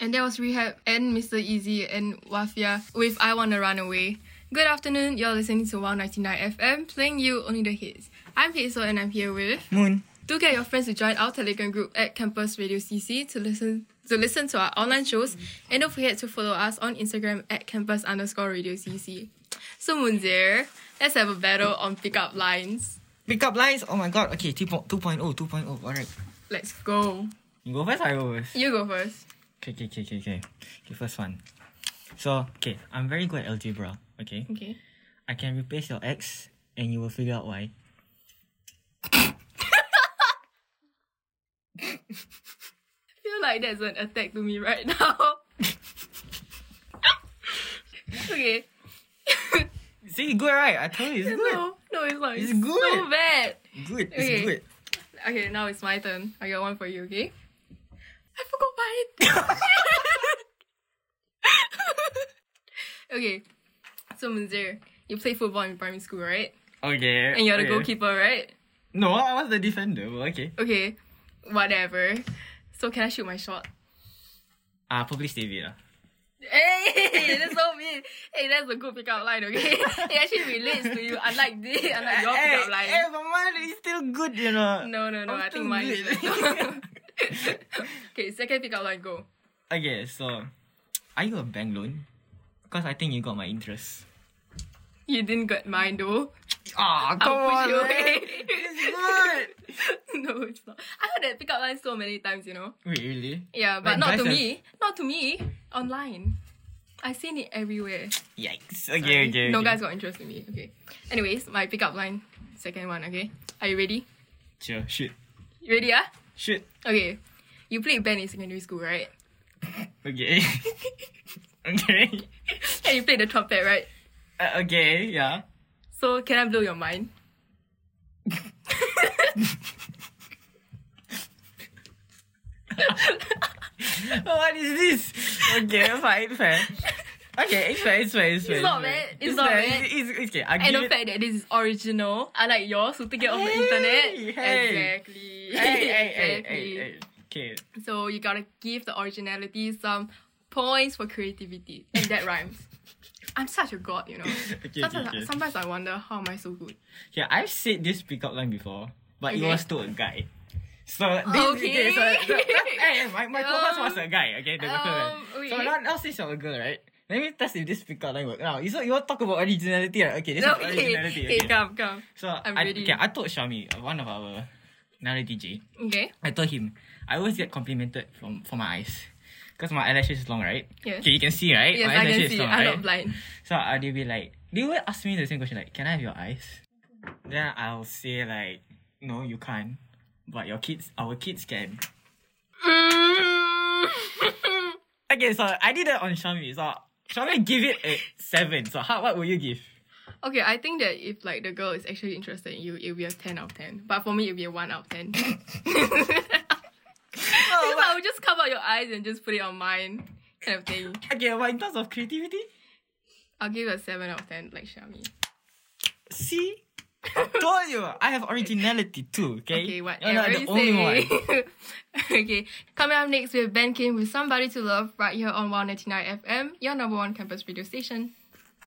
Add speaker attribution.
Speaker 1: And that was Rehab and Mr. Easy and Wafia with I Wanna Run Away. Good afternoon, you're listening to 199 FM, playing you only the hits. I'm Hazel and I'm here with
Speaker 2: Moon.
Speaker 1: Do get your friends to join our Telegram group at Campus Radio CC to listen to listen to our online shows and don't forget to follow us on Instagram at campus underscore radio CC. So Munzir, let's have a battle on pickup lines.
Speaker 2: Pickup lines. Oh my god. Okay, 2, 2.0, 2.0. All right.
Speaker 1: Let's go.
Speaker 2: oh. You go first or I go first?
Speaker 1: You go first.
Speaker 2: Okay, okay, okay, okay, okay. Okay, first one. So, okay, I'm very good at algebra. Okay.
Speaker 1: Okay.
Speaker 2: I can replace your x and you will figure out why.
Speaker 1: feel like that's an attack to me right now. okay.
Speaker 2: See, good, right? I told you it's good.
Speaker 1: No, no, it's not.
Speaker 2: It's good.
Speaker 1: so bad.
Speaker 2: Good. It's
Speaker 1: Okay.
Speaker 2: good.
Speaker 1: Okay, now it's my turn. I got one for you, okay? I forgot mine. okay, so Munzir, you played football in primary school, right?
Speaker 2: Okay.
Speaker 1: And you're the
Speaker 2: okay.
Speaker 1: goalkeeper, right?
Speaker 2: No, I was the defender. but Okay.
Speaker 1: Okay, whatever. So can I shoot my shot?
Speaker 2: Ah, probably Stevie. lah.
Speaker 1: Hey, that's so mean. Hey, that's a good pickup line, okay? It actually relates to you, unlike this, unlike your
Speaker 2: Hey,
Speaker 1: pickup line.
Speaker 2: hey, but mine is still good, you know.
Speaker 1: No, no, no. i
Speaker 2: I'm
Speaker 1: think
Speaker 2: still
Speaker 1: mine
Speaker 2: good.
Speaker 1: is. okay, second pickup line, go.
Speaker 2: Okay, so are you a bank loan? Because I think you got my interest.
Speaker 1: You didn't get mine though.
Speaker 2: Ah, come
Speaker 1: I'll push
Speaker 2: on,
Speaker 1: you
Speaker 2: man.
Speaker 1: away.
Speaker 2: It's good.
Speaker 1: no, it's not. I heard that pickup line so many times, you know.
Speaker 2: Wait, really?
Speaker 1: Yeah, but
Speaker 2: Like,
Speaker 1: not
Speaker 2: guys
Speaker 1: to
Speaker 2: have-
Speaker 1: me. Not to me. Online. I've seen it everywhere.
Speaker 2: Yikes. Okay, okay.
Speaker 1: No
Speaker 2: okay.
Speaker 1: guys got interest in me. Okay. Anyways, my pickup line, second one, okay? Are you ready?
Speaker 2: Sure, shoot.
Speaker 1: You ready, ah?
Speaker 2: Shoot.
Speaker 1: Okay. You played band in secondary school, right?
Speaker 2: Okay. okay.
Speaker 1: And you played the trumpet, right?
Speaker 2: Uh, okay, yeah.
Speaker 1: So can I blow your mind?
Speaker 2: what is this? Okay, fine, fair. Okay, it's fair, it's fair, it's fair.
Speaker 1: not
Speaker 2: fair.
Speaker 1: bad, it's not
Speaker 2: fair,
Speaker 1: bad.
Speaker 2: It's, it's, it's okay, I
Speaker 1: And
Speaker 2: give
Speaker 1: the
Speaker 2: it.
Speaker 1: fact that this is original, unlike yours, who take it off the
Speaker 2: Hey,
Speaker 1: internet.
Speaker 2: hey.
Speaker 1: Exactly.
Speaker 2: Hey, hey, hey,
Speaker 1: Exactly.
Speaker 2: hey, hey. Okay.
Speaker 1: So you gotta give the originality some points for creativity. And that rhymes. I'm such a god, you know.
Speaker 2: Okay,
Speaker 1: sometimes,
Speaker 2: okay, okay.
Speaker 1: sometimes I wonder how am I so good.
Speaker 2: Yeah, I've said this pickup line before, but
Speaker 1: Okay. Oh,
Speaker 2: it was to a guy. So this
Speaker 1: Okay.
Speaker 2: okay, so the- hey, my my co-host
Speaker 1: Um,
Speaker 2: was a guy, okay, the girl.
Speaker 1: um, wait.
Speaker 2: So now, now since you're a girl, right? Let me test if this pickup line work. Now you so you want to talk about originality, right? Okay, this is originality.
Speaker 1: okay,
Speaker 2: Okay.
Speaker 1: come, come.
Speaker 2: So
Speaker 1: I'm
Speaker 2: I,
Speaker 1: ready.
Speaker 2: okay, I told Shami, uh, one of our another DJ,
Speaker 1: Okay.
Speaker 2: I told him I always get complimented from for my eyes. Because my eyelashes is long, right?
Speaker 1: Yes.
Speaker 2: Okay, you can see, right?
Speaker 1: Yes,
Speaker 2: my
Speaker 1: I can
Speaker 2: eyelashes
Speaker 1: see.
Speaker 2: is long,
Speaker 1: I'm
Speaker 2: right?
Speaker 1: not blind.
Speaker 2: So uh, they'll be like, they will ask me the same question, like, can I have your eyes? Then I'll say like, no, you can't. But your kids, our kids can.
Speaker 1: Mm.
Speaker 2: Okay, so I did that on Xiaomi. So Xiaomi give it a seven. So how what will you give?
Speaker 1: okay, I think that if like the girl is actually interested in you, it'll be a ten out of ten. But for me it'll be a one out of ten.
Speaker 2: Oh,
Speaker 1: Because I would just cover your eyes and just put it on mine, kind of thing.
Speaker 2: Okay, but in terms of creativity,
Speaker 1: I'll give it a 7 out of 10, like Xiaomi.
Speaker 2: see, I told you I have originality too. Okay,
Speaker 1: Okay, whatever
Speaker 2: You're not the
Speaker 1: you
Speaker 2: only
Speaker 1: say.
Speaker 2: one.
Speaker 1: okay, coming up next with Ben Kim with Somebody to Love right here on 199 FM, your number one campus radio station.